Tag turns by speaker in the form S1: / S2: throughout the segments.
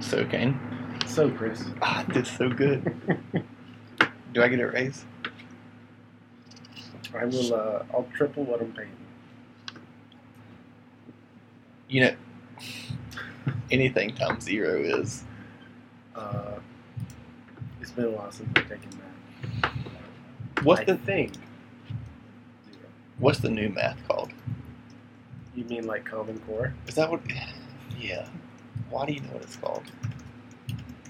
S1: so Kane.
S2: So, Chris,
S1: Ah, I did so good. Do I get a raise?
S2: I will. Uh, I'll triple what I'm paying.
S1: You know, anything times zero is.
S2: Uh, it's been a while since I've taken math.
S1: What's
S2: I
S1: the
S2: think?
S1: What's the new math called?
S2: You mean like Common Core?
S1: Is that what? Yeah. Why do you know what it's called?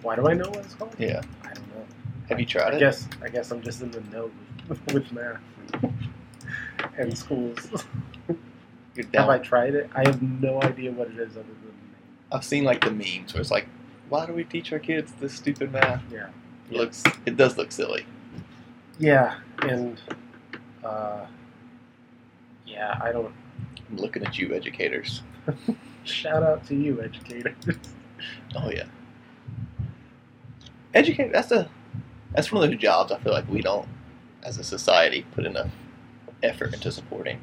S2: Why do I know what it's called?
S1: Yeah.
S2: I don't know.
S1: Have you tried
S2: I
S1: it?
S2: guess I guess I'm just in the know with, with math and, and schools.
S1: You're
S2: Have I
S1: down.
S2: tried it? I have no idea what it is other than the
S1: I've seen like the memes where it's like, why do we teach our kids this stupid math?
S2: name. Yeah.
S1: It looks. It does look silly.
S2: Yeah, and uh, yeah, I don't.
S1: I'm looking at you, educators.
S2: Shout out to you, educator.
S1: Oh yeah. Educate. That's a. That's one of those jobs I feel like we don't, as a society, put enough effort into supporting.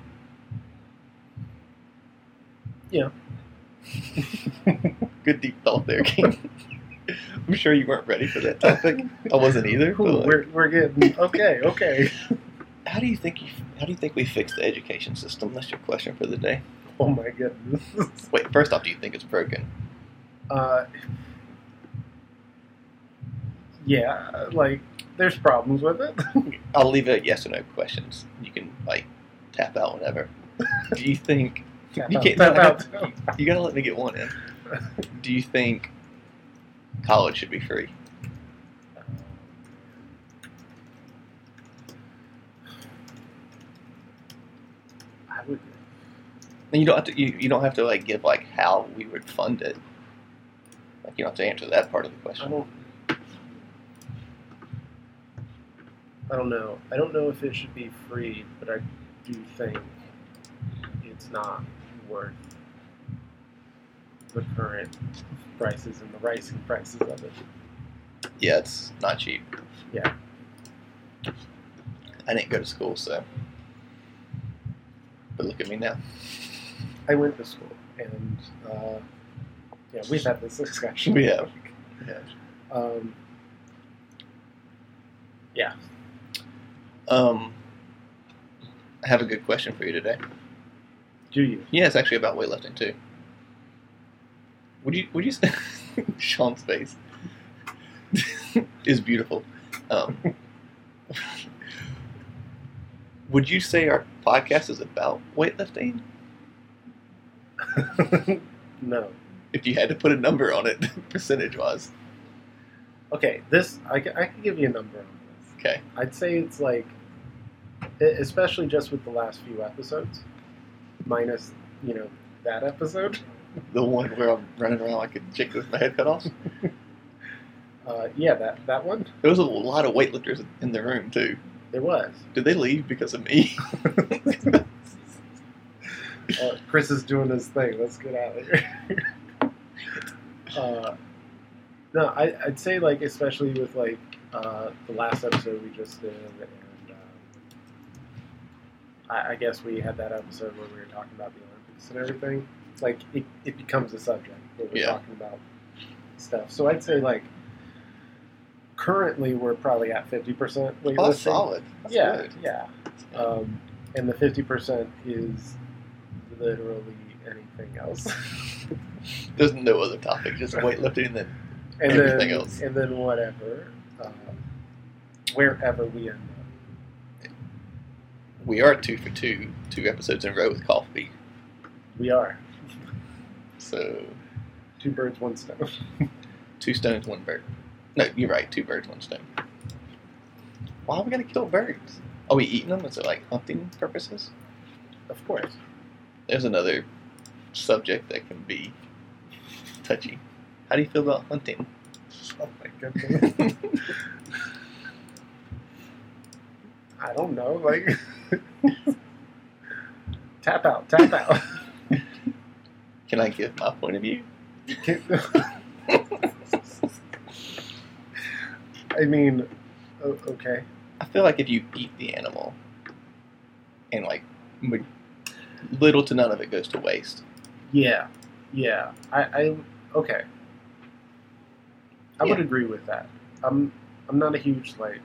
S2: Yeah.
S1: Good deep thought there, King. I'm sure you weren't ready for that topic. I wasn't either. but,
S2: Cool,
S1: like,
S2: Oh, we're, we're good. Okay, okay.
S1: how do you think you, how do you think we fix the education system? That's your question for the day.
S2: Oh my goodness.
S1: Wait, first off, do you think it's broken?
S2: Uh, yeah, like there's problems with it.
S1: I'll leave it at yes or no questions. You can like tap out whenever. do you think
S2: Tap
S1: You
S2: out,
S1: can't-
S2: tap
S1: no,
S2: out.
S1: you gotta let me get one in? Do you think college should be free?
S2: I would.
S1: And you don't have to. You, you don't have to like give like how we would fund it. Like you don't have to answer that part of the
S2: I
S1: question.
S2: don't. I don't know. I don't know if it should be free, but I do think it's not worth the current prices and the rising prices of it.
S1: Yeah, it's not cheap.
S2: Yeah.
S1: I didn't go to school, so. But look at me now.
S2: I went to school, and uh, yeah, we've had this discussion.
S1: We have.
S2: Yeah. Um, yeah.
S1: Um, I have a good question for you today.
S2: Do you?
S1: Yeah, it's actually about weightlifting too. Would you? Would you? Say, Sean's face is beautiful. Um, would you say our podcast is about weightlifting?
S2: no.
S1: If you had to put a number on it, percentage-wise,
S2: Okay. This I can, I can give you a number on this.
S1: okay.
S2: I'd say it's like, e- especially just with the last few episodes, minus you know that episode.
S1: The one where I'm running around like a chick with my head cut off.
S2: Uh, yeah, that that one.
S1: There was a lot of weightlifters in the room too.
S2: It was.
S1: Did they leave because of me?
S2: Uh, Chris is doing his thing. Let's get out of here. uh, no, I, I'd say like especially with like uh, the last episode we just did, and um, I, I guess we had that episode where we were talking about the Olympics and everything. Like it, it becomes a subject where we're
S1: Yeah.
S2: talking about stuff. So I'd say like currently we're probably at fifty percent.
S1: Oh, that's solid. That's
S2: Yeah,
S1: good.
S2: yeah. Um, and the fifty percent is literally anything else.
S1: There's no other topic, just weightlifting. Then
S2: And
S1: Everything
S2: then,
S1: else.
S2: And then whatever, uh, wherever we end up.
S1: we are two for two, two episodes in a row with coffee.
S2: We are
S1: So
S2: two birds, one stone.
S1: two stones, one bird. No, you're right. Two birds, one stone. Why are we gonna kill birds? Are we eating them? Is it like hunting purposes?
S2: Of course.
S1: There's another subject that can be touchy. How do you feel about hunting?
S2: Oh my goodness. I don't know. Like tap out, tap out.
S1: Can I give my point of view?
S2: I mean, o- okay.
S1: I feel like if you eat the animal, and like ma- little to none of it goes to waste.
S2: Yeah, yeah. I, I okay. I would
S1: Yeah.
S2: agree with that. I'm I'm not a huge like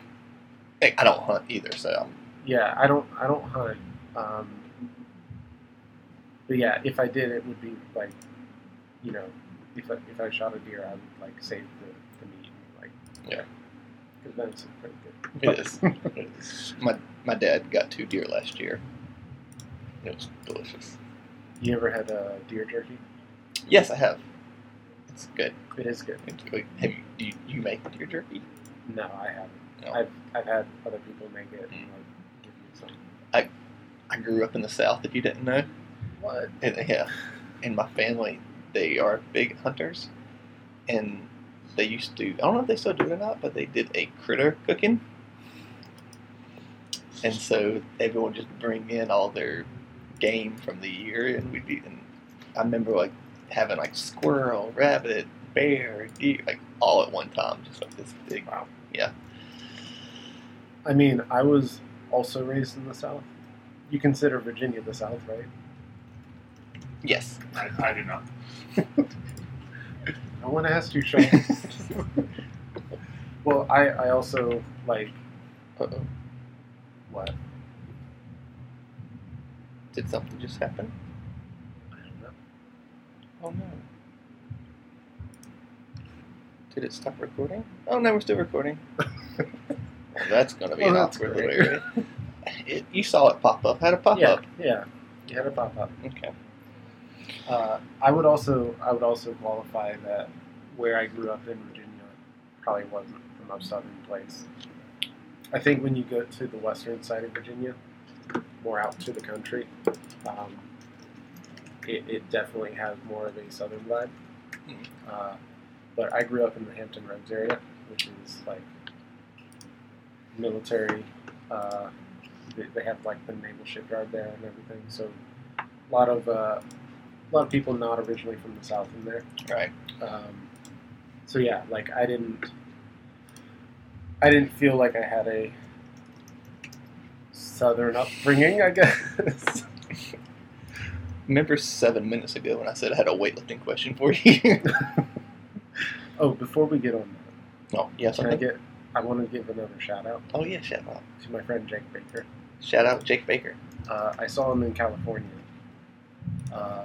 S1: Like, I don't hunt either, so I'm,
S2: yeah I don't I don't hunt. Um, but yeah, if I did, it would be like you know if I, if I shot a deer, I would like save the, the meat like
S1: Yeah.
S2: because then it's pretty
S1: it
S2: good.
S1: is. it is. My my dad got two deer last year. It was delicious.
S2: You ever had a deer jerky?
S1: Yes, I have. It's good.
S2: It is good.
S1: It's good. Have you, do you, you make deer jerky?
S2: No, I haven't.
S1: No.
S2: I've I've had other people make it.
S1: Mm.
S2: And, like, give me some.
S1: I grew up in the South, if you didn't know.
S2: What?
S1: And, yeah, and my family, they are big hunters, and they used to. I don't know if they still do it or not, but they did a critter cooking, and so everyone would just bring in all their game from the year, and we'd be. And I remember like having like squirrel, rabbit, bear, deer, like all at one time, just like this big.
S2: Wow.
S1: Yeah.
S2: I mean, I was also raised in the South. You consider Virginia the South, right?
S1: Yes.
S3: I, I do not.
S2: No one asked you, Sean. well, I, I also like
S1: Uh-oh.
S2: what?
S1: Did something just happen?
S2: I don't know.
S1: Oh no. Did it stop recording? Oh no, we're still recording. well, that's gonna be
S2: Well,
S1: an
S2: that's
S1: awkward
S2: great.
S1: little area. It, you saw it pop up. Had a pop
S2: yeah,
S1: up.
S2: yeah. You had a pop up.
S1: Okay.
S2: Uh, I would also I would also qualify that where I grew up in Virginia probably wasn't the most southern place. I think when you go to the western side of Virginia, more out to the country, um, it, it definitely has more of a southern vibe.
S1: Mhm.
S2: Uh, but I grew up in the Hampton Roads area, which is like military. Uh, they, they have like the naval shipyard there and everything, so a lot of uh, a lot of people not originally from the south in there.
S1: Right.
S2: Um, so yeah, like I didn't, I didn't feel like I had a southern upbringing. I guess.
S1: Remember seven minutes ago when I said I had a weightlifting question for you?
S2: oh, before we get on that,
S1: oh yes,
S2: can
S1: I
S2: I
S1: think.
S2: get? I want to give another shout out
S1: Oh yeah, shout out.
S2: to my friend Jake Baker.
S1: Shout out Jake Baker.
S2: Uh, I saw him in California. Uh,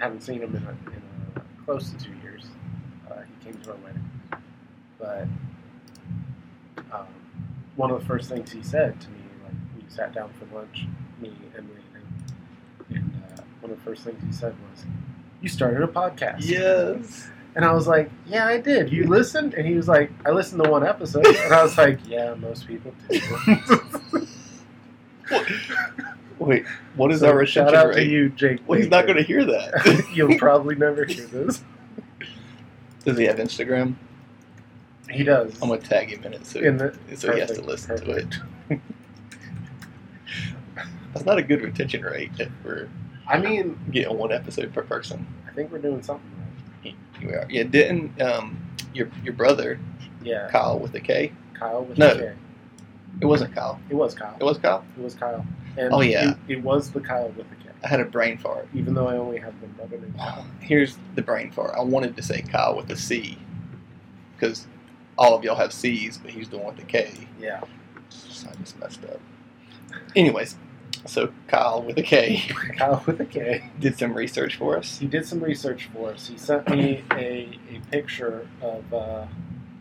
S2: haven't seen him in, a, in a, close to two years. Uh, he came to our wedding, but um, one of the first things he said to me, like we sat down for lunch, me, Emily, and him, and uh, one of the first things he said was, "You started a podcast."
S1: Yes.
S2: And I was like, "Yeah, I did." You listened, and he was like, "I listened to one episode," and I was like, "Yeah, most people do."
S1: Wait, what is
S2: So
S1: our retention
S2: shout
S1: rate?
S2: out to you, Jake.
S1: Well, he's not
S2: Baker.
S1: going to hear that.
S2: You'll probably never hear this.
S1: Does he have Instagram?
S2: He does.
S1: I'm gonna tag him in it so,
S2: in the,
S1: so he has to
S2: perfect,
S1: listen to it. That's not a good retention rate if we're
S2: I mean,
S1: getting one episode per person.
S2: I think we're doing something right.
S1: You are. Yeah, didn't um, your your brother
S2: Yeah,
S1: Kyle with a K?
S2: Kyle was
S1: No.
S2: okay.
S1: It wasn't Kyle.
S2: It was Kyle.
S1: It was Kyle.
S2: It was Kyle. And
S1: Oh, yeah.
S2: it, it was the Kyle with the K.
S1: I had a brain fart.
S2: Even though I only have one brother named Kyle.
S1: Here's the brain fart. I wanted to say Kyle with a C because all of y'all have C's, but he's the one with the K.
S2: Yeah.
S1: So I just messed up. Anyways, so Kyle with a K
S2: Kyle with a K.
S1: did some research for us.
S2: He did some research for us. He sent me a, a picture of uh,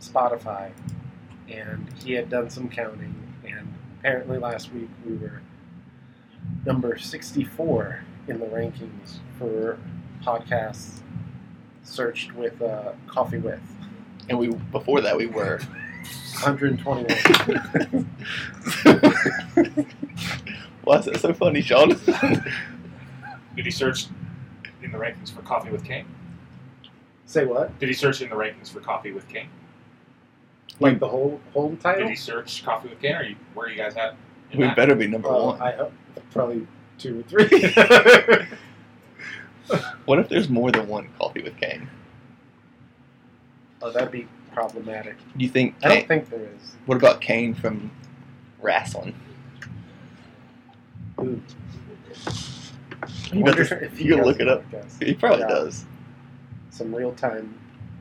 S2: Spotify, and he had done some counting. And apparently, last week we were number 64 in the rankings for podcasts searched with uh, Coffee With
S1: And we before that we were
S2: 121.
S1: Why is that so funny, Sean?
S3: Did he search in the rankings for Coffee with King?
S2: Say what?
S3: Did he search in the rankings for Coffee with King?
S2: Like the whole whole
S3: Did
S2: title?
S3: he search Coffee with King, or you, where you guys at? in
S1: we
S3: that?
S1: better be number
S2: Uh,
S1: one.
S2: I hope probably two or three.
S1: What if there's more than one coffee with Kane?
S2: oh, that'd be problematic.
S1: You think?
S2: I don't
S1: Kane,
S2: think there is.
S1: what about Kane from wrestling?
S2: Ooh.
S1: You got this- you can look it up.
S2: Podcast.
S1: He probably
S2: Yeah.
S1: does.
S2: Some real time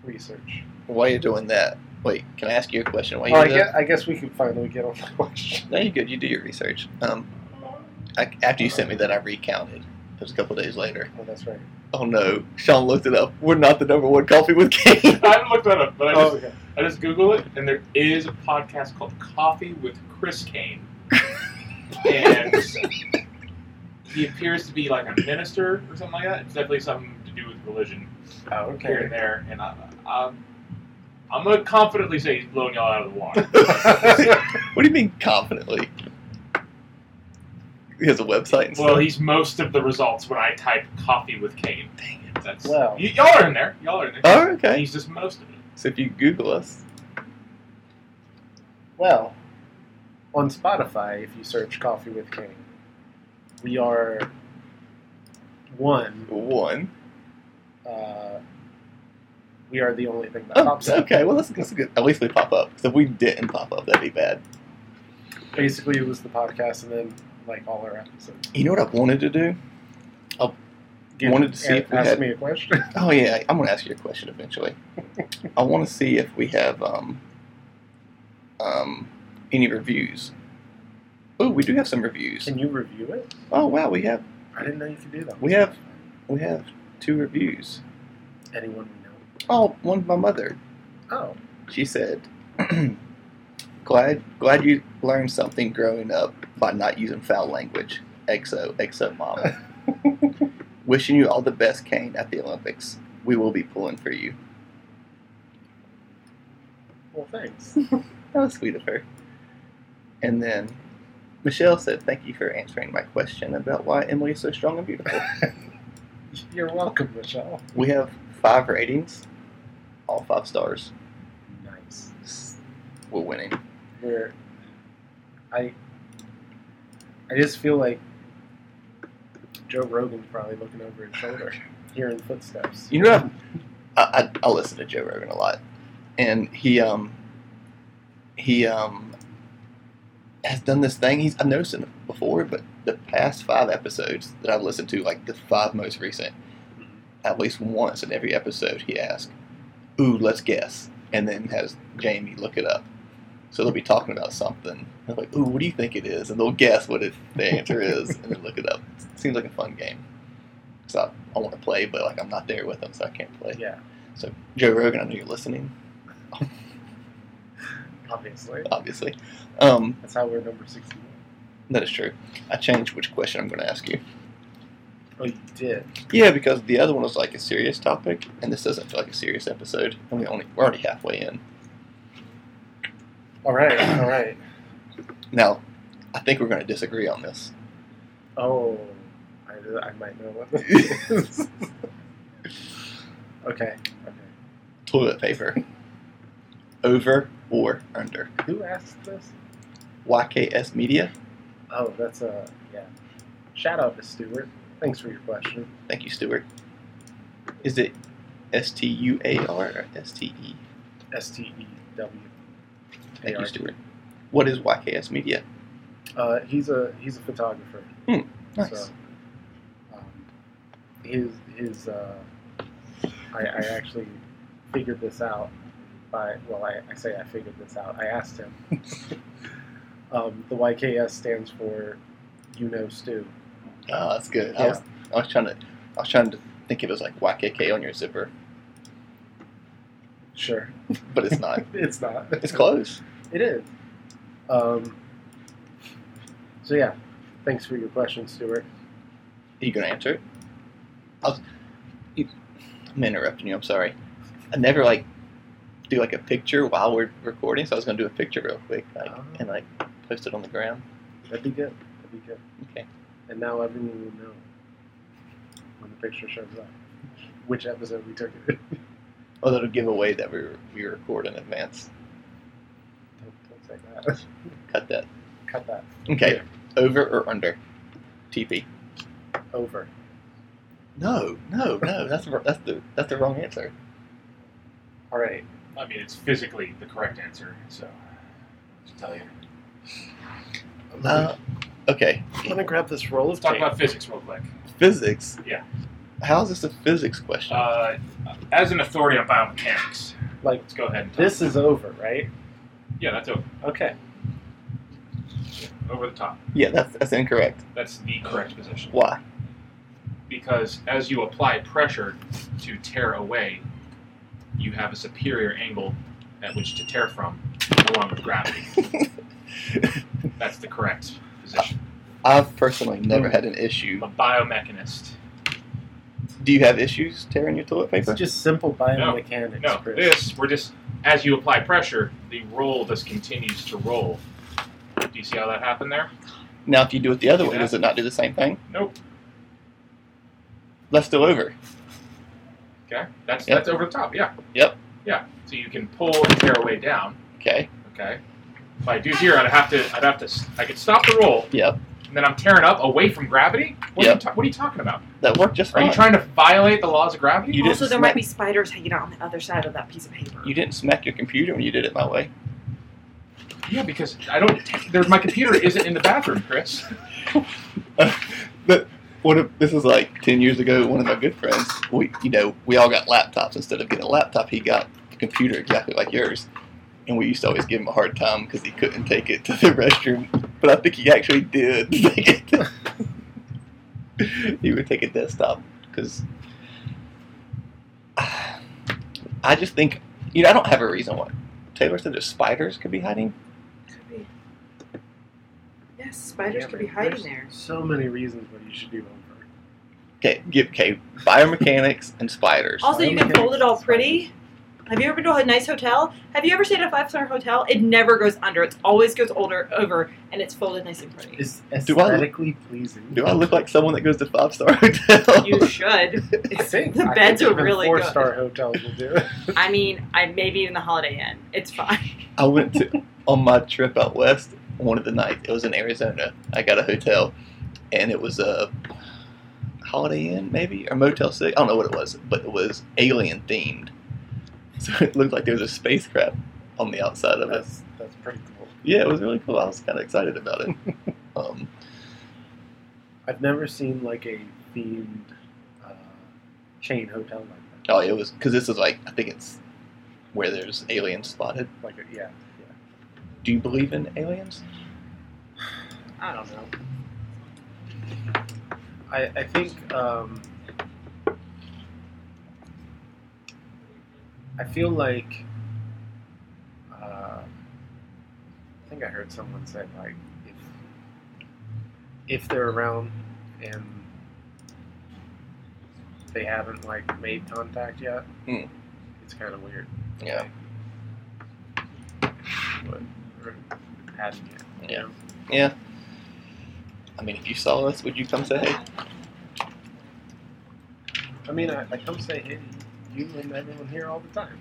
S2: uh, research.
S1: While you're doing that, wait, can I ask you a question? While
S2: Oh, I
S1: you're doing-
S2: guess, I guess we can finally get on the question.
S1: No, you're good. You do your research. Um, I, after you sent me that, I recounted. It was a couple days later.
S2: Oh, that's right.
S1: Oh no, Sean looked it up. We're not the number one coffee with King.
S3: I haven't looked that up, but I
S2: Oh,
S3: just,
S2: okay.
S3: I just Google it, and there is a podcast called Coffee with Chris Kane, and he appears to be like a minister or something like that. It's definitely something to do with religion
S2: Oh,
S3: here and there, and I, I'm, I'm gonna confidently say he's blowing y'all out of the water.
S1: what do you mean confidently? He has a website and
S3: well,
S1: stuff.
S3: he's most of the results when I type "Coffee with Kane."
S1: Dang it.
S3: That's
S2: Wow.
S3: y- y'all are in there. Y'all are in there.
S1: Oh, okay.
S3: He's just most of it.
S1: So if you Google us,
S2: Well, on Spotify, if you search Coffee with King, we are one.
S1: one.
S2: Uh, we are the only thing that
S1: Oh,
S2: pops up.
S1: okay. Well, that's, that's good. At least we pop up. 'Cause if we didn't pop up, that'd be bad.
S2: Basically, it was the podcast, and then like all our episodes.
S1: You know what I wanted to do? Wanted to see if we
S2: ask
S1: had-
S2: me a question.
S1: Oh yeah, I'm gonna ask you a question eventually. I want to see if we have um, um, any reviews. Oh, we do have some reviews.
S2: Can you review it?
S1: Oh wow, we have
S2: I didn't know you could do that.
S1: We have- we have two reviews.
S2: anyone we
S1: Oh, one by mother.
S2: know. Oh,
S1: She said, "Glad glad you learned something growing up by not using foul language." XO XO mom. Wishing you all the best, Kane, at the Olympics. We will be pulling for you.
S2: well, thanks.
S1: That was sweet of her. And then Michelle said, Thank you for answering my question about why Emily is so strong and beautiful.
S2: You're welcome, Michelle.
S1: we have five ratings, all five stars.
S2: Nice.
S1: We're winning.
S2: where I I just feel like Joe Rogan's probably looking over his shoulder, hearing footsteps.
S1: You know, I, I, I listen to Joe Rogan a lot, and he um he um has done this thing. He's I've noticed it before, but the past five episodes that I've listened to, like the five most recent, at least once in every episode, he asks, "Ooh, let's guess," and then has Jamie look it up. So they'll be talking about something. They're like, "Ooh, what do you think it is?" And they'll guess what it, the answer is, and then look it up. Seems like a fun game. So I, I want to play, but like I'm not there with them, so I can't play.
S2: Yeah,
S1: Joe Rogan, I know you're listening,
S2: obviously.
S1: obviously. Um,
S2: That's how we're number 61.
S1: that is true. I changed which question I'm going to ask you.
S2: Oh, you did.
S1: Yeah, because the other one was like a serious topic, and this doesn't feel like a serious episode. And we only we're already halfway in.
S2: All right, all right.
S1: Now, I think we're going to disagree on this.
S2: Oh, I, I might know what this is. okay, okay.
S1: Toilet paper, over or under?
S2: Who asked this?
S1: YKS Media.
S2: Oh, that's uh, yeah. Shout out to Stuart. Thanks for your question.
S1: Thank you, Stuart. Is it S T U A R or S T E?
S2: S T E W.
S1: Thank you, Stuart. What is YKS Media?
S2: Uh, he's a he's a photographer.
S1: Nice.
S2: So, um, his his uh, I, I actually figured this out by well I, I say I figured this out. I asked him. um, the YKS stands for you know Stu.
S1: Oh, that's good. I
S2: Yeah.
S1: was I was trying to I was trying to think it was like YKK on your zipper,
S2: Sure,
S1: but it's not.
S2: it's not.
S1: it's close.
S2: It is. Um, so yeah, thanks for your question, Stuart.
S1: Are you gonna answer it? I was, you, I'm interrupting you. I'm sorry. I never like do like a picture while we're recording, so I was gonna do a picture real quick, like
S2: Oh.
S1: and like post it on the ground.
S2: That'd be good. That'd be good.
S1: Okay.
S2: And now everyone will know when the picture shows up which episode we took it. in.
S1: Oh, that'll give away that we were- we record in advance.
S2: don't, don't say that.
S1: Cut that.
S2: Cut that
S1: Okay. Over or under? TP.
S2: over.
S1: No, no, no. That's the- that's the that's the wrong answer.
S2: All right.
S3: I mean, it's physically the correct answer, so to tell you.
S2: I'm gonna,
S1: Uh, okay.
S2: I'm gonna grab this roll of
S3: Let's talk
S2: tape.
S3: about physics real quick.
S1: Physics.
S3: Yeah.
S1: How is this a physics question?
S3: Uh, as an authority on biomechanics,
S2: Like
S3: let's go ahead. And
S2: this is over, right?
S3: yeah, that's over.
S2: Okay.
S3: Over the top.
S1: yeah, that's that's incorrect.
S3: That's the correct position.
S1: Why?
S3: Because as you apply pressure to tear away, you have a superior angle at which to tear from, along with gravity. That's the correct position.
S1: I've personally never had an issue.
S3: I'm a biomechanist.
S1: Do you have issues tearing your toilet
S2: It's
S1: paper?
S2: just simple biomechanics,
S3: No,
S2: Chris.
S3: this we're just as you apply pressure, the roll just continues to roll. Do you see how that happened there?
S1: Now, if you do it the other way,
S3: Yeah.
S1: does it not do the same thing?
S3: Nope.
S1: That's still over.
S3: Okay, that's
S1: Yep.
S3: that's over the top. Yeah.
S1: Yep.
S3: Yeah. So you can pull and tear away down.
S1: Okay.
S3: Okay. If I do here, I'd have to. I'd have to. s- I could stop the roll,
S1: Yep.
S3: and then I'm tearing up away from gravity. What, are,
S1: Yep.
S3: you ta- what are you talking about?
S1: That worked just
S3: Are
S1: fine.
S3: you trying to violate the laws of gravity?
S1: You didn't
S4: also, there
S1: smack-
S4: might be spiders hanging out on the other side of that piece of paper.
S1: You didn't smack your computer when you did it my way.
S3: Yeah, because I don't. There's my computer isn't in the bathroom, Chris.
S1: But what if this is like ten years ago? One of my good friends, we you know we all got laptops. Instead of getting a laptop, he got a computer exactly like yours, and we used to always give him a hard time because he couldn't take it to the restroom. But I think he actually did take it. he would take a desktop because I just think you know I don't have a reason why. Taylor said there's spiders could be hiding.
S4: Could be. Yes, spiders
S2: Yeah,
S4: could be
S2: but
S4: hiding
S2: there's
S4: there.
S2: So many reasons why you should do homework.
S1: Okay, give okay biomechanics and spiders.
S4: Also, you can
S2: Spiders.
S4: fold it all pretty. Have you ever been to a nice hotel? Have you ever stayed at a five star hotel? It never goes under. It always goes older over, and it's folded nice and pretty.
S2: It's
S1: Do I-
S2: aesthetically pleasing.
S1: Do I look like someone that goes to five star hotel?
S4: You should.
S2: I think
S4: The
S2: I
S4: beds
S2: think
S4: are
S2: even
S4: really good.
S2: Four-star hotels will do it.
S4: I mean, I maybe even the Holiday Inn. It's fine.
S1: I went to on my trip out west one of the nights. It was in Arizona. I got a hotel, and it was a Holiday Inn maybe or Motel Six. I don't know what it was, but it was alien themed. So it looked like there was a spacecraft on the outside of it.
S2: That's that's pretty cool.
S1: Yeah, it was really cool. I was kind of excited about it. Um,
S2: I've never seen like a themed uh, chain hotel like that.
S1: oh, it was because this is like I think it's where there's aliens spotted.
S2: Like a, yeah,
S1: Do you believe in aliens?
S2: I don't know. I I think um, I feel like uh, I think I heard someone say like if if they're around and they haven't like made contact yet,
S1: Hmm.
S2: it's kind of weird.
S1: Yeah.
S2: But or hadn't yet. you
S1: Yeah.
S2: know?
S1: Yeah. I mean, if you saw us, would you come say hey?
S2: I mean, I, I come say hey to you and everyone here all the time.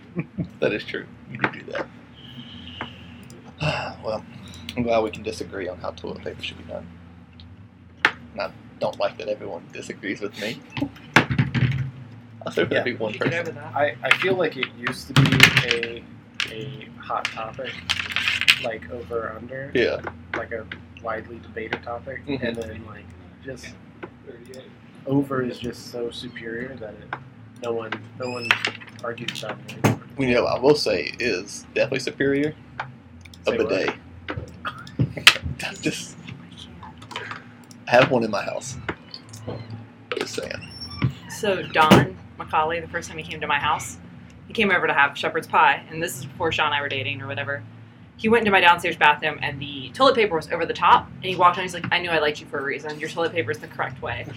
S1: That is true. You do do that. well, I'm glad we can disagree on how toilet paper should be done. And I don't like that everyone disagrees with me. I was hoping
S2: Yeah.
S1: to be one person.
S4: that.
S2: I, I feel like it used to be a, a hot topic, like over or under,
S1: Yeah.
S2: like a widely debated topic,
S1: Mhm.
S2: and then like just over is just so superior that it, no one no one argues about it anymore.
S1: You know, I will say is definitely superior a
S2: Say what?
S1: bidet. Just have one in my house. Just saying.
S4: So Don Macaulay, the first time he came to my house, he came over to have shepherd's pie, and this is before Sean and I were dating or whatever. He went into my downstairs bathroom, and the toilet paper was over the top. And he walked in, he's like, "I knew I liked you for a reason. Your toilet paper is the correct way."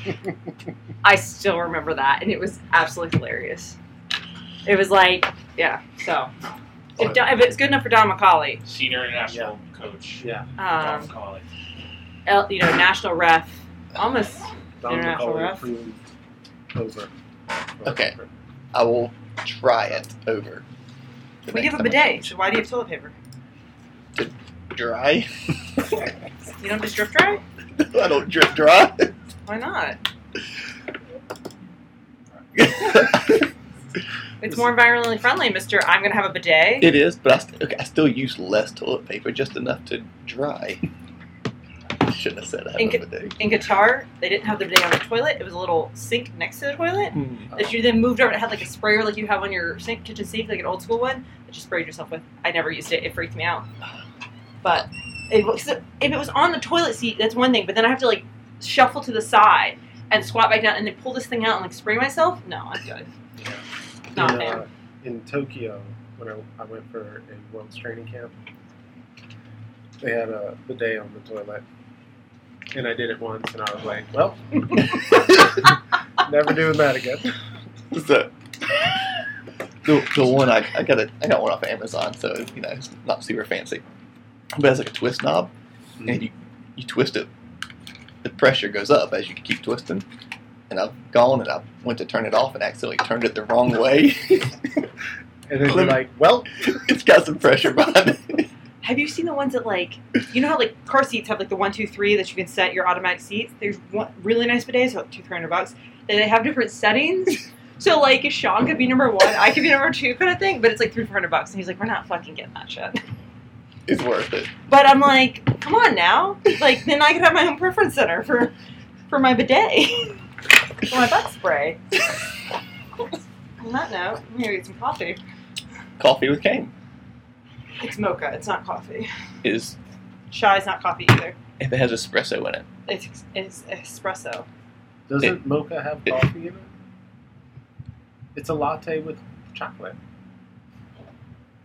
S4: I still remember that, and it was absolutely hilarious. It was like, yeah. So if, Don, if it's good enough for Don Macaulay,
S3: Senior international coach.
S2: Yeah,
S3: Tom
S4: um,
S3: Colley.
S4: L, you know, national ref, almost
S2: Don
S4: International
S2: McCauley
S4: ref.
S2: approved over.
S1: Okay. I will try it over. the
S4: We
S1: next
S4: have
S1: time I
S4: a bidet,
S1: change.
S4: so why do you have toilet paper?
S1: Dry?
S4: You don't just drip dry?
S1: I don't drip dry.
S4: Why not? It's
S1: This-
S4: more environmentally friendly, Mister. I'm gonna have a bidet.
S1: It is, but I, st- okay, I still use less toilet paper, just enough to dry. shouldn't have said I
S4: In
S1: have a bidet.
S4: In Qatar, they didn't have the bidet on the toilet. It was a little sink next to the toilet that you then moved over. It had like a sprayer like you have on your sink, kitchen sink, like an old school one that you sprayed yourself with. I never used it. It freaked me out. But it, was- if it was on the toilet seat, that's one thing. But then I have to like shuffle to the side and squat back down and then pull this thing out and like spray myself. No, I'm good. Not
S2: in,
S4: fair.
S2: uh, in Tokyo when I, I went for a world's training camp. They had a bidet on the toilet, and I did it once, and I was like, "Well, never doing that again."
S1: So the, the one I, I got a, I got one off Amazon, so you know it's not super fancy, but it has like a twist knob, and you you twist it, the pressure goes up as you keep twisting. And I've gone and I went to turn it off and accidentally turned it the wrong way.
S2: And then you're like, "Well,
S1: it's got some pressure behind it.
S4: Have you seen the ones that like you know how like car seats have like the one two three that you can set your automatic seats? There's one really nice bidets, so like two three hundred bucks. They they have different settings. So like if Sean could be number one, I could be number two kind of thing, but it's like three four hundred bucks and he's like, We're not fucking getting that shit.
S1: It's worth it.
S4: But I'm like, come on now. Like then I could have my own preference center for for my bidet. for my butt spray. On that note, I'm gonna get some coffee.
S1: Coffee with cane
S4: It's mocha, it's not coffee.
S1: is
S4: Shy's not coffee either.
S1: if it has espresso in it.
S4: It's, it's espresso.
S2: doesn't mocha have
S1: it-
S2: coffee in it? It's a latte with chocolate,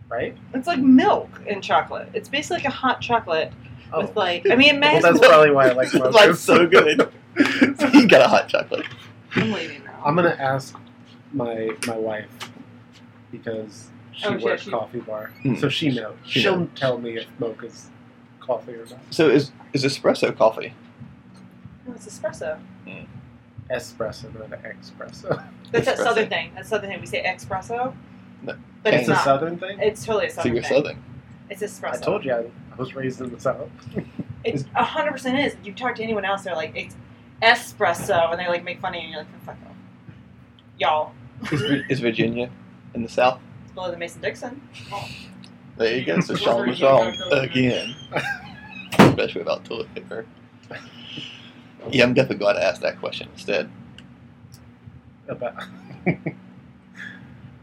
S2: right?"
S4: It's like milk and chocolate. It's basically like a hot chocolate
S2: Oh,
S4: with like. I mean, it may
S2: well,
S4: as
S2: that's
S4: well-
S2: probably why I like mocha.
S1: It's like so good. you got a hot chocolate.
S4: I'm leaving now.
S2: I'm gonna ask my my wife because she
S4: Oh, yeah,
S2: works
S4: she-
S2: coffee bar,
S1: Hmm.
S2: so she knows.
S1: She
S2: She'll tell me if mocha's coffee or not.
S1: So is is espresso coffee?
S4: No, it's espresso.
S2: Espresso, not espresso.
S4: That's that
S1: Espresso.
S4: southern thing. That's southern thing. We say espresso,
S1: No.
S4: but
S1: Hey.
S2: It's
S4: it's
S2: a
S4: not.
S2: southern thing.
S4: It's totally a
S1: So
S4: southern
S1: you're
S4: thing.
S1: southern.
S4: It's espresso.
S2: I told you I, I was raised in the south.
S4: It's a hundred percent is. You talk to anyone else, they're like it's espresso, and they like make fun of you. And you're like, oh, fuck off, y'all.
S1: Is, Vir- is Virginia in the south?
S4: It's below the Mason Dixon.
S1: There you go. So Sean was wrong again, especially about toilet paper. Yeah, I'm definitely glad I asked that question instead.
S2: About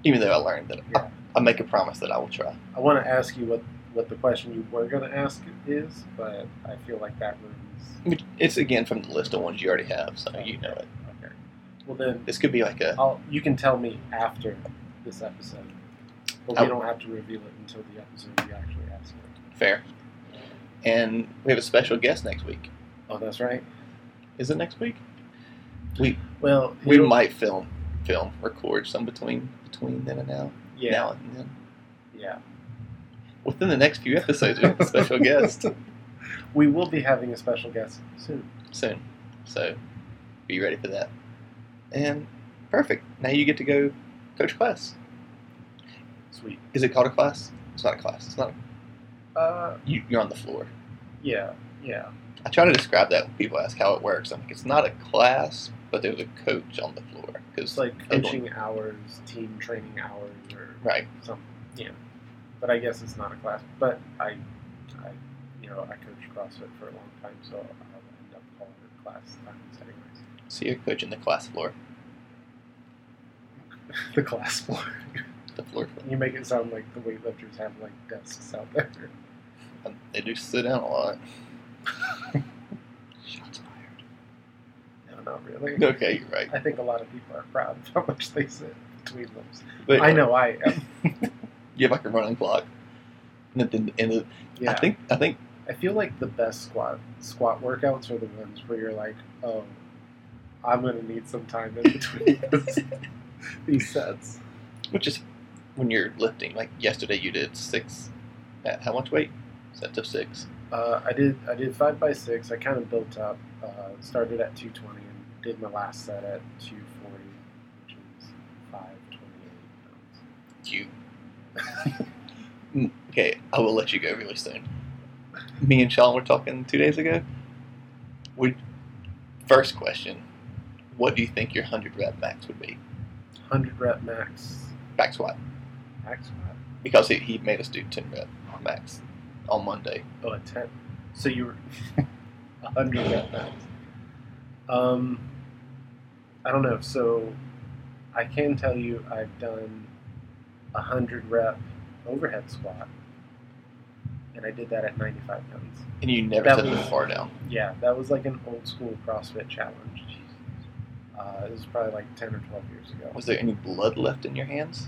S1: Even though I learned that I,
S2: Yeah.
S1: I make a promise that I will try.
S2: I want to ask you what what the question you were gonna ask is, but I feel like that ruins.
S1: Which- It's again from the list of ones you already have, so you know it.
S2: Okay. Well then,
S1: This could be like a
S2: I'll, you can tell me after this episode, but we
S1: Oh.
S2: don't have to reveal it until the episode you actually ask it.
S1: fair. And we have a special guest next week.
S2: Oh, that's right.
S1: Is it next week?
S2: Well,
S1: We
S2: it'll-
S1: might film, film, record some between between then and now,
S2: Yeah,
S1: now and then.
S2: yeah.
S1: Within the next few episodes, we have a special guest
S2: We will be having a special guest soon.
S1: soon, so be ready for that. And perfect. Now you get to go coach class.
S2: Sweet.
S1: Is it called a class? It's not a class. It's not.
S2: Uh,
S1: you, you're on the floor.
S2: yeah, yeah.
S1: I try to describe that when people ask how it works. I'm like, it's not a class, but there's a coach on the floor
S2: It's
S1: because
S2: like coaching hours, team training hours, or
S1: right.
S2: something. Yeah. But I guess it's not a class. But I, I, you know, I coached CrossFit for a long time, so I'll end up calling it class times anyways.
S1: So you're coaching the class floor,
S2: the class floor.
S1: the floor. floor.
S2: You make it sound like the weightlifters have like desks out there.
S1: Um, They do sit down a lot. Shots fired.
S2: No, not really.
S1: Okay, you're right.
S2: I think a lot of people are proud of how much they sit between them.
S1: But
S2: I know I am.
S1: You have like a running clock. And at the end of,
S2: Yeah.
S1: I think I think
S2: I feel like the best squat squat workouts are the ones where you're like, oh, I'm gonna need some time in between this, these sets.
S1: which is when you're lifting. Like yesterday, you did six. At how much weight? Sets of six.
S2: Uh, I did I did five by six. I kind of built up. Uh, started at 220 and did my last set at 240, which is 528
S1: You. Mm, okay, I will let you go really soon. Me and Sean were talking two days ago. We first question: What do you think your hundred rep max would be?
S2: pounds. 100 rep max.
S1: Back squat
S2: Max squat.
S1: because he, he made us do ten rep max on Monday.
S2: Oh, at 10. So you were a hundred that night. Um, I don't know. So I can tell you I've done a hundred rep overhead squat, and I did that at 95 pounds.
S1: And you never
S2: That
S1: set
S2: was-
S1: the bar down.
S2: Yeah, that was like an old school CrossFit challenge. Uh, it was probably like 10 or 12 years ago.
S1: Was there any blood left in your hands?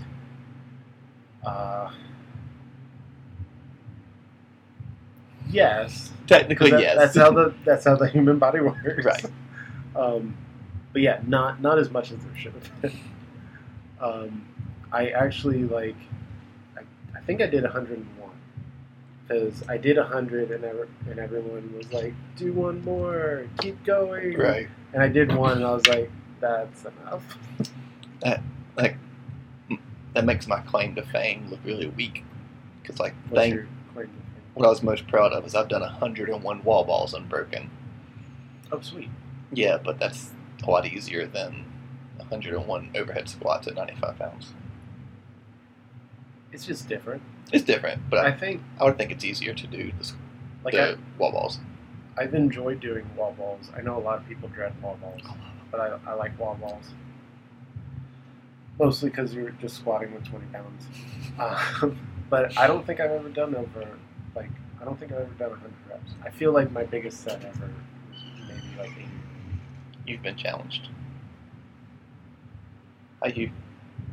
S2: Uh, yes.
S1: Technically,
S2: That-
S1: yes.
S2: That's how the that's how the human body works.
S1: Right.
S2: Um, but yeah, not not as much as there should have been. Um, I actually like, I, I think I did 101 because I did 100 and ever, and everyone was like, do one more, keep going.
S1: right.
S2: And I did one and I was like, that's enough.
S1: That makes my claim to fame look really weak. Because, like,
S2: What's
S1: thank
S2: your claim?
S1: what I was most proud of is I've done 101 wall balls unbroken.
S2: Oh, sweet.
S1: Yeah, but that's a lot easier than 101 overhead squats at 95 pounds.
S2: It's just different.
S1: It's different, but
S2: I
S1: I,
S2: think
S1: I would think it's easier to do the, s-
S2: like I,
S1: the wall balls.
S2: I've enjoyed doing wall balls. I know a lot of people dread wall balls, but I, I like wall balls. Mostly because you're just squatting with 20 pounds. Um, but I don't think I've ever done over, like, I don't think I've ever done 100 reps. I feel like my biggest set ever was maybe like 80.
S1: You've been challenged. Hi, Hugh.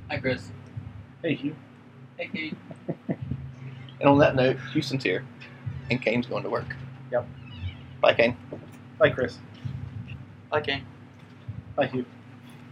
S5: Hi, Chris.
S2: Hey, Hugh.
S5: Hey, Kate.
S1: And on that note, Houston's here, and Kane's going to work.
S2: Yep.
S1: Bye, Kane.
S2: Bye, Chris.
S5: Hi, Kane.
S2: Bye, Hugh.